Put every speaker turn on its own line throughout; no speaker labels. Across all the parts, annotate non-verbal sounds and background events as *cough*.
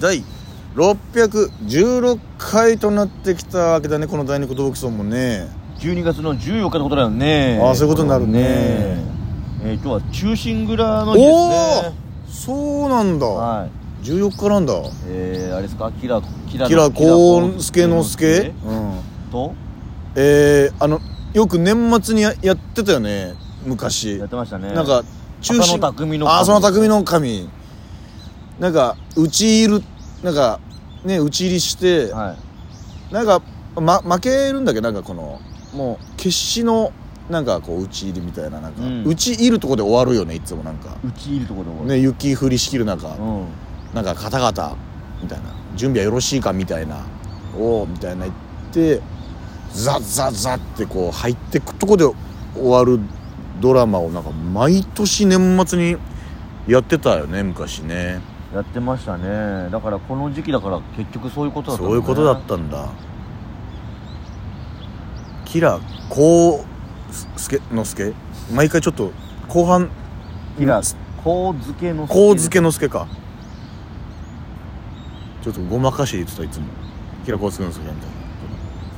第616回となってきたわけだねこの第二言武器村もね
12月の14日のことだよね
あーそういうことになるね
えー今日は中心蔵の日です
おお
ね
そうなんだ、
はい
14日なんだ
えー、あれですかキラキラ
キラコーンスケのスケうん
と
えー、あのよく年末にややってたよね昔
やってましたね
なんか中心
浅野匠の
ああその匠の神なんか討ち入るなんかね討ち入りして、
はい
なんか、ま、負けるんだけどなんかこのもう決死のなんかこう打ち入りみたいななんか、
うん
打ち入るとこで終わるよねいつもなんか、
うちいるところ
ね、雪降りしきる中、
うん
なんか方々みたいな準備はよろしいかみたいなおおみたいな言ってザッザッザッってこう入ってくとこで終わるドラマをなんか毎年年末にやってたよね昔ね
やってましたねだからこの時期だから結局そういうことだったん
そ
ね
ういうことだったんだキラこうすすけのすけ毎回ちょっと後半
キラ
す
こう付けの
こうづけのすけかちょっとごまかして言ってたいつもキラこうづけのすけなんだ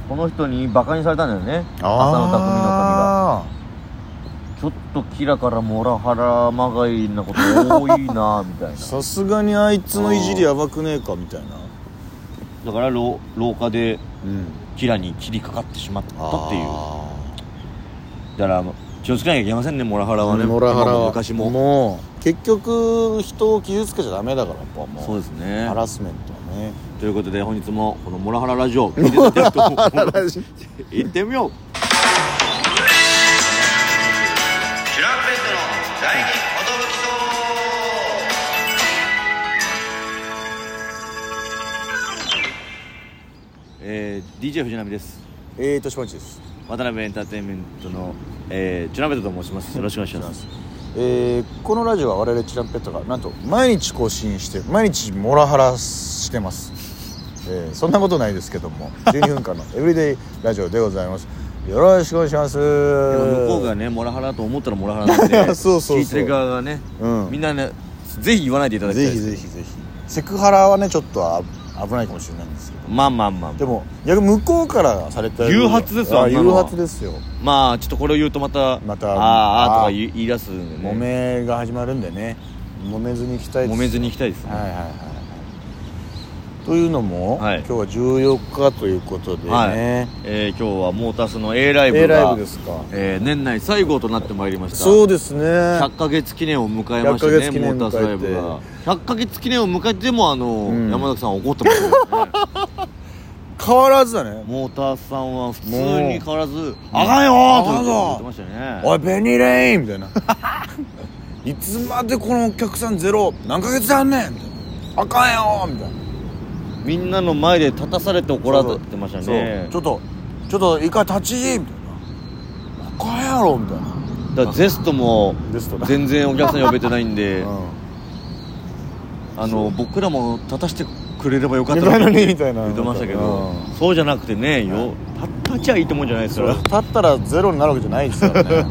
この人にバカにされたんだよね浅野匠の神が
あ
ちょっとキラからモラハラまがいなこと多いなみたい
ー
な
さすがにあいつのいじりやばくねえかみたいな
*laughs* だから廊廊下で
うん
キラに切りかかってしまったっていう
あ
だから気をつけなきゃいけませんねモラハ
ー
ラはね
モラハラ
今も
は
昔も
もう結局人を傷つけちゃダメだからやっぱもう
そうですね
ハラスメントはね
ということで本日もこのモラハララジオ聞いていただけると *laughs* 思うので行ってみよう
キュランペットの第二音吹き
えー DJ 藤波です
えーとしまちです
渡辺エンターテインメントの、えー、チュナベトと申しますよろしくお願いします
えーこのラジオは我々チランペットがなんと毎日更新して毎日モラハラしてます、えーそんなことないですけども12分間のエブリデイラジオでございますよろしくお願いします
でも向こうがねモラハラと思ったらモラハラなん *laughs* で
そうそうそう
聞いてる側がね、
うん
みんなねぜひ言わないでいただきたい
ぜひ
です
ぜひぜひセクハラはねちょっとあ危ないかもしれないんですけど
まあまあまあ
でも逆に向こうからされたら
誘発ですよ
あ
あんなの
誘
は
発ですよ
まあちょっとこれを言うとまた
また
あーあーとか言い言い出すんでね
揉めが始まるんでね揉めずにいきたいです
揉めずに行きたいですね
はいはいはいはいというのも、
はい
今日は14日ということでね、
はいえー今日はモータスの A ライブ
A
が
ライブですか
えー年内最後となってまいりました
そうですね
100ヶ月記念を迎えましたね
100ヶ月記念
モータースライブが100ヶ月記念を迎えてもあの、
ん
山崎さん怒ってます
*laughs*
よね
変わらずだね
モータースさんは普通に変わらず「
もう
あかんよ
あか
ー!」
ん
と
ぞ
言ってましたよね
おいベニーレインみたいな *laughs* いつまでこのお客さんゼロ何ヶ月やんねんみたいなあかんよみたいな
みんなの前で立たされて怒られてましたね
そうちょっとちょっと一回立ち入りみたいなあかんやろみたいな
だからゼストも
ですと
全然お客さん呼べてないん
*laughs*
で、
うん
あの僕らも立たしてくれればよかった
みたいなねみたいな
言ってましたけど
う
そうじゃなくてねよ立立ちゃいいと思うんじゃないです
それ
か
立ったらゼロになるわけじゃないですから
*laughs*
ね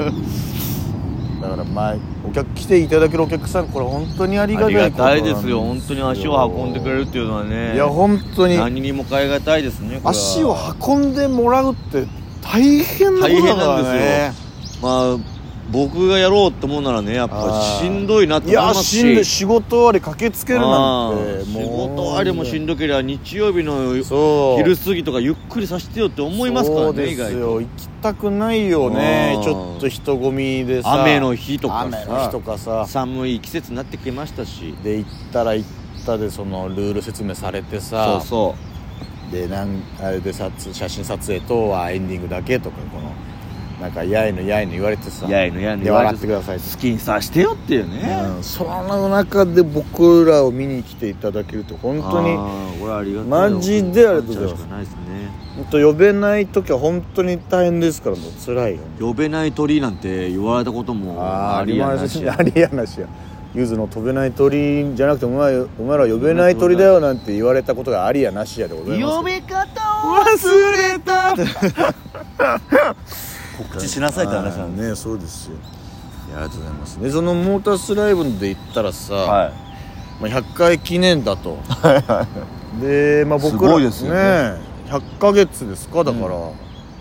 だからまあお客来ていただけるお客さんこれ本当にありが
あ
たい
り
ことな
が
んですよ
たいですよ本当に足を運んでくれるっていうのはね
いや本当に
何にも代えがたいですねこれは
足を運んでもらうって大変なこ
大
とだか
変な
ら
んですよ、
ね
まあ僕がやろうって思うならねやっぱ
あー
しんどいなって
い
思い
や
ます
し
し
んどい仕事終わり駆けつけるな
あ
んて
ー仕事ありもしん
ど
どければ日曜日の
そう
昼過ぎとかゆっくりさせてよって思いますから
そう
ね
で
意
す
外と
よ行きたくないよね
うん
ちょっと人混みでさ
雨の日とか
雨の日と
さ
かさ
寒い季節になってきましたし
で行ったら行ったでそのルール説明されて
そ
さ
うそ
でなんあれで撮写真撮影とはエンディングだけとかこのなんかやいのやいの言われてさ
うやいのやいの
で笑ってくださいって
好きにさしてよっていうね
うんその中で僕らを見に来ていただけると本当に
あ
本
ーこれありがたい
マジでありがとうございます
感謝しかないですね
当呼べない時は本当に大変ですからもう辛いよ
呼べない鳥なんて言われたことも
あー
あ
あ
り
り
や
ま
な
せ
し
んありやなしやゆずの飛べない鳥じゃなくてお前お前ら呼べない鳥だよなんて言われたことがありやなしやでございます
べ方を忘れた告知しなさいって話なんで
ねそうですよいやありがとうございますでそのモータースライブで行ったらさ、
はい
まあ、100回記念だとで、まあ、僕ら
すごいですよね
100ヶ月ですかだから、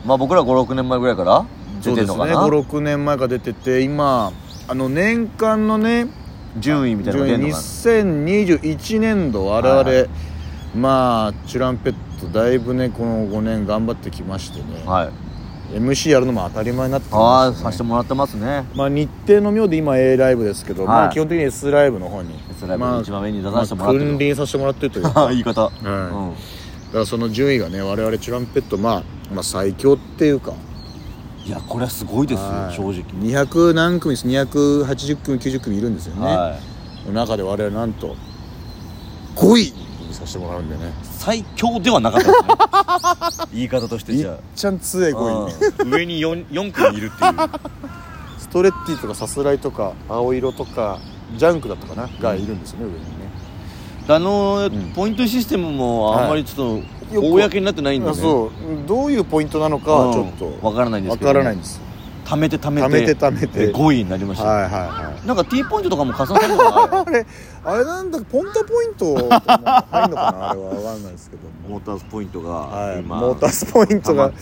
まあ僕ら56年前ぐらいから
そ
出
うで
てる
す
の
ね
かな、
56年前から出てて今あの年間のね
順位みたいなのが出るのかな
2021年度我々、
はい
まあチュランペットだいぶねこの5年頑張ってきましてね、
はい
MC やるのも当たり前になってき
あ
ま
あ
し
さ
たね
せてもらってますね
まあ、日程の妙で今 A ライブですけど、
はい
まあ、基本的に S ライブの方に
S ライブ
まあ
一番上に出させてもらってる
まあ君臨させてもらってる
*laughs*
というか
言い方、
ん
うん
だからその順位がね我々チュランペット、まあ、まあ最強っていうか
いやこれはすごいですよ
はい
正直
200何組です280組90組いるんですよね、
はい
の中で我々なんと5位にさせてもらうんでね
最強ではなかったです *laughs* ね言い方として
い
じ
っ
ゃ
ちゃん強い
あ
5位
うん上に 4, 四組いるっていう
ストレッティとかさすらいとか青色とかジャンクだとかながいるんですよね上にね
*laughs* あの
ん
ポイントシステムもあんまりちょっ
よ
と
く
公になってないんでね
あそうどういうポイントなのかはちょっと
うんわからないんですけど
わ
ね
からないんです
貯めて貯めて
貯めて貯めて
で5位になりまし
はい
た
はいはい
なんか T ポイントとかも加算されるのかな
あれあれなんだポンタポイントとかも入んのかなあれはわかんないですけども
モータースポイント
は
が
い
今
モータースポイントが
溜まって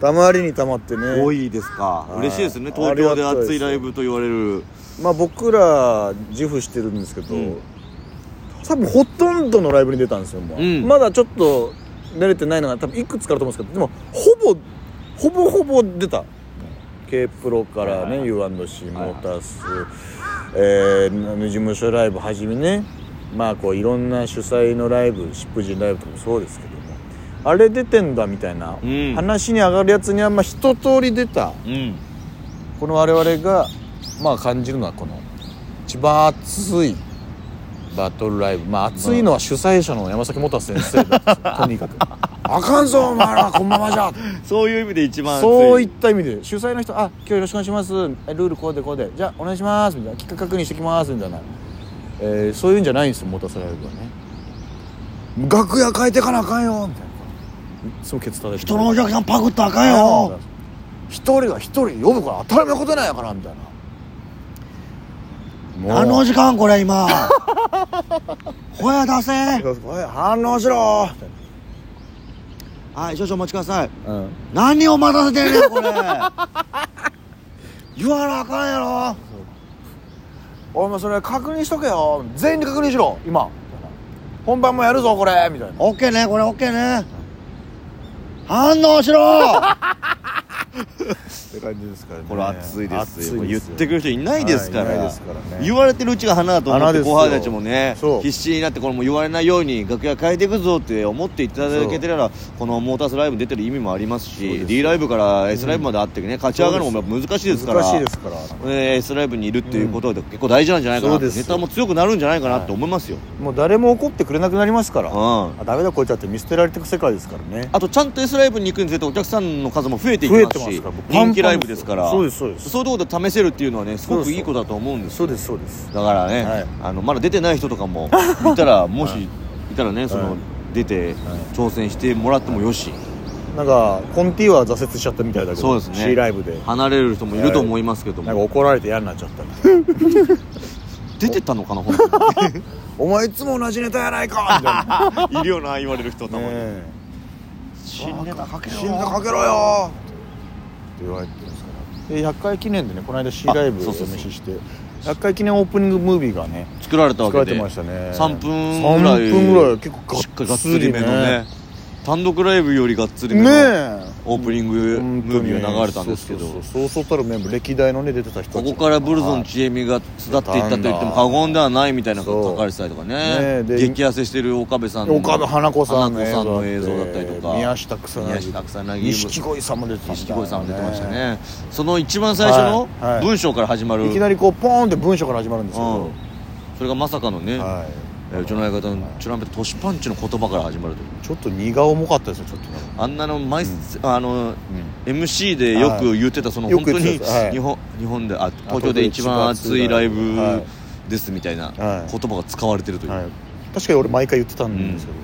たまりにたまってね
5位ですか
はい
嬉しいですね東京で
ありがたいです
熱いライブと言われる
まあ僕ら自負してるんですけど、
うん
多分ほとんどのライブに出たんですよもう、
うん
まだちょっと慣れてないのが多分いくつかあると思うんですけどでもほぼほぼほぼ出た k プロから
はい
ね、
はい
U&C
はい
モータース、えー、事務所ライブはじめねまあこういろんな主催のライブ疾風陣ライブとかもそうですけどもあれ出てんだみたいな、
うん
話に上がるやつにはまあ一通り出た
うん
この我々がまあ感じるのはこの一番熱いバトルライブまあ熱いのは主催者の山崎元先 *laughs* 生だったんですよとにかく「あかんぞお前らこんばんはじゃ
そういう意味で一」番熱い
そういった意味で主催の人「あ今日よろしくお願いしますえルールこうでこうでじゃあお願いします」みたいな企画確認してきますみたいな、えーそういうんじゃないんですよ元さライブはね楽屋変えてかなあかんよみたいないつもケツ叩いて
人のお客さんパクったらあかんよ
一人が一人呼ぶから当たり前のことなんやからみたいな
あ
も
の
う
時間これ今ほや出せ
おい反応しろ
はい少々お待ちください
うん
何を待たせてるよこれ言わなあかんや
お前それ確認しとけよ全員で確認しろ今本番もやるぞこれみたいな
ろオッケーねこれオッケーね反応し
っ
ろ
て感じですからね
これ熱いです
熱
よ
い
言
で
っ
す
てくる人いないですから,、
はいいないですからね
言われてるうちが花だと思っ
花
て
ですよ
後輩たちもね
そう
必死になってこれもう言われないように楽屋変えていくぞって思っていただけてたらこのモータースライブ出てる意味もあります
そうです
し
よ
D ライブから S ライブまであってね、勝ち上がるのも難しいですから
難しいですから
えー S ライブにいるっていうことで結構大事なんじゃないかなって、
そうです
ネタも強くなるんじゃないかなって思いますよ、
もう誰も怒ってくれなくなりますから
うん
あダメだこいつだって見捨てられてく世界ですからね
あとちゃんと S ライブに行くにつれてお客さんの数も増えていき
増え
ま
て
す
ま
し
すからもうパンパン
人気ライブですから
そうですそうです
そういうところで試せるっていうのはねすご
そう
く
です
いいことだと思うんです
そうですそうです
だからね、
はい
あのまだ出てない人とか *laughs* もいたらもしいたらねそ
は
の、
い
出て挑戦してもらってもよし、
なんかコンティは挫折しちゃったみたいだけど
そうですね
C ライブで
離れる人もいると思いますけど
な
も、
んか怒られて嫌になっちゃ
*laughs*
ったみたいな
出てたのか *laughs* な本当
お前いつも同じネタやないかみたいな
にいるよな言われる人 *laughs* たまに、
ね
新ネタかけ
え
ろ
死んだかけろよって言われてるんですからで100回記念でねこの間 C ライブ
あ
を
そ
お
うそうそう
試しして100回記念オープニングムービーがね
作られたわ
作ら
けで
れてましたね
3分ぐらい
3分ぐらい結構
しっかり
が
が
っ
っ
つ
つ
り
り
ね
めのね単独ライブよりがっつりめ
ね
の
え
オープニング
本
ム
当
ービ
に
ーが流れたんですけど
そうそうそうそうそうたるメンバー歴代のね出てた人た
こ
ち
こからブルゾンちえみが巣立っていったと言っても過言ではないみたいなことが書かれてたりとか
そう
ね
ねで
激痩せしてる岡部さんの
岡部花子さんの
花
映
子
像
さんの映像だったりとか
宮下草薙
宮下草薙
錦鯉さんも出てたんだよね
錦鯉さんも出てましたねその一番最初の
はいはい
文章から始まる、
いきなりこうポーンって文章から始まるんですけ
う
ど
ん、それがまさかのね、
はい
えーうちの相方のチュランペットトシパンチの言葉から始まるという
ちょっと荷が重かったですよちょっとね
あんなの毎、あの MC でよく言ってたその
はい
本当
よく言っ
に
てたはい
日本日本であ東京で一番熱いライブですみたいな
はい
言葉が使われてるという、
はい確かに俺毎回言ってたんですけど、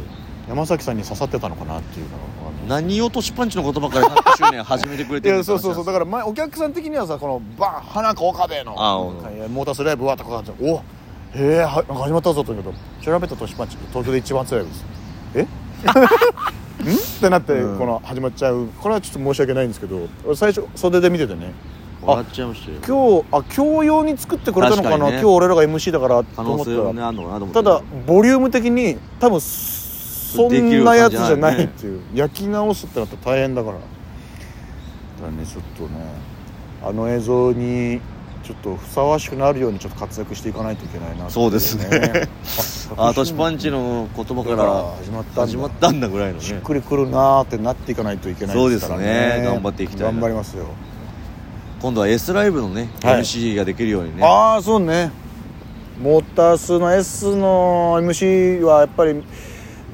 山崎さんに刺さってたのかなっていうのがわかんない
何をトシパンチの言葉から100周年始めてくれ
い
てる
やそうそうそうだから前お客さん的にはさこのバン花子岡部の
あうん
はいモータースライブはとかだったらお「へえはなんか始まったぞ」と言うけど「調べた年パンチ東京で一番強いです」え *laughs* んってなって、
うん
この始まっちゃうこれはちょっと申し訳ないんですけど俺最初袖で見ててね
笑っちゃいましたよ
今日あ今日用に作ってくれたのかな
確かにね
今日俺らが MC だからと
可
思
能
っ
性は
た
ね
ら
あんのかなと思って
ただボリューム的に多分そ
でき
ん
る
なや
感
つ
じ
じ
じゃない
ゃないっていう焼き直すってなったら大変だからだからねちょっとねあの映像にちょっとふさわしくなるようにちょっと活躍していかないといけないなってい
そうです
*laughs*
ねあトシパンチの言葉か
だから
ら
始まったんだ
始まったんだぐらいの
しっ
ね
くりくるなーってなっていかないといけないですからね
そうですね頑張っていきたいな
頑張りますよ、
今度は S ライブのね
はい
MC ができるようにね
ああそうねモータースの S の MC はやっぱり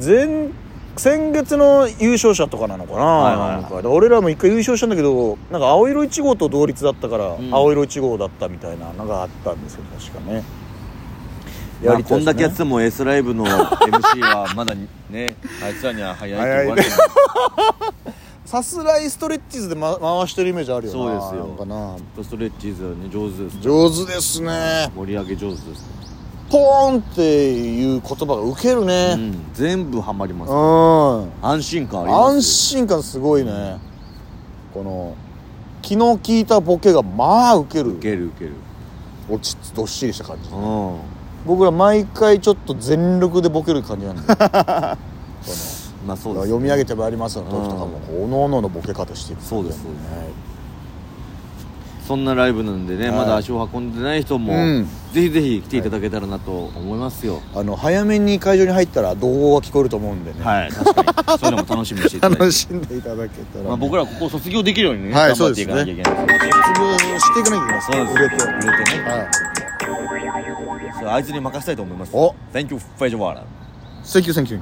前先月の優勝者とかなのかな,、
はいはいはい
なんかで俺らも一回優勝したんだけどなんか青色1号と同率だったから、
ん
青色1号だったみたいなのがあったんですよ確かね
まあ
た
こんだけやって
ね
ても S ライブの MC はまだねあいつらには早いって言われてる
さすらいストレッチーズで、ま、回してるイメージあるよな
そうですよ
なんかな
ストレッチーズはね上手です
上手ですね
盛り上げ上手です
ポーンっていう言葉がウケる
う
ね
ん全部ハマります
うん
安心感あります
安心感すごいねこの昨日聞いたボケがまあウケる
受ける受ける
落ちつどっしりした感じ
うん
僕ら毎回ちょっと全力でボケる感じなんでこの
まあそうです
読み上げてまいりますの時とかもおのおののボケ方してる
そうですそうです
はい
そんなライブなんでね
はい
まだ足を運んでない人も
うん
ぜひぜひ来ていただけたらなと思いますよ
あの早めに会場に入ったら動画が聞こえると思うんでね、
はい確かにそういうのも楽しみにしていただいて
楽しんでいただけたら、
まあ僕らここを卒業できるようにね
はい
頑張っていかなきゃいけない
卒業していかなきゃいけない
そうです
売れて
売れてね
はい
それあいつに任せたいと思います
お
Thank you, フェイジョワーラ
Thank you, thank you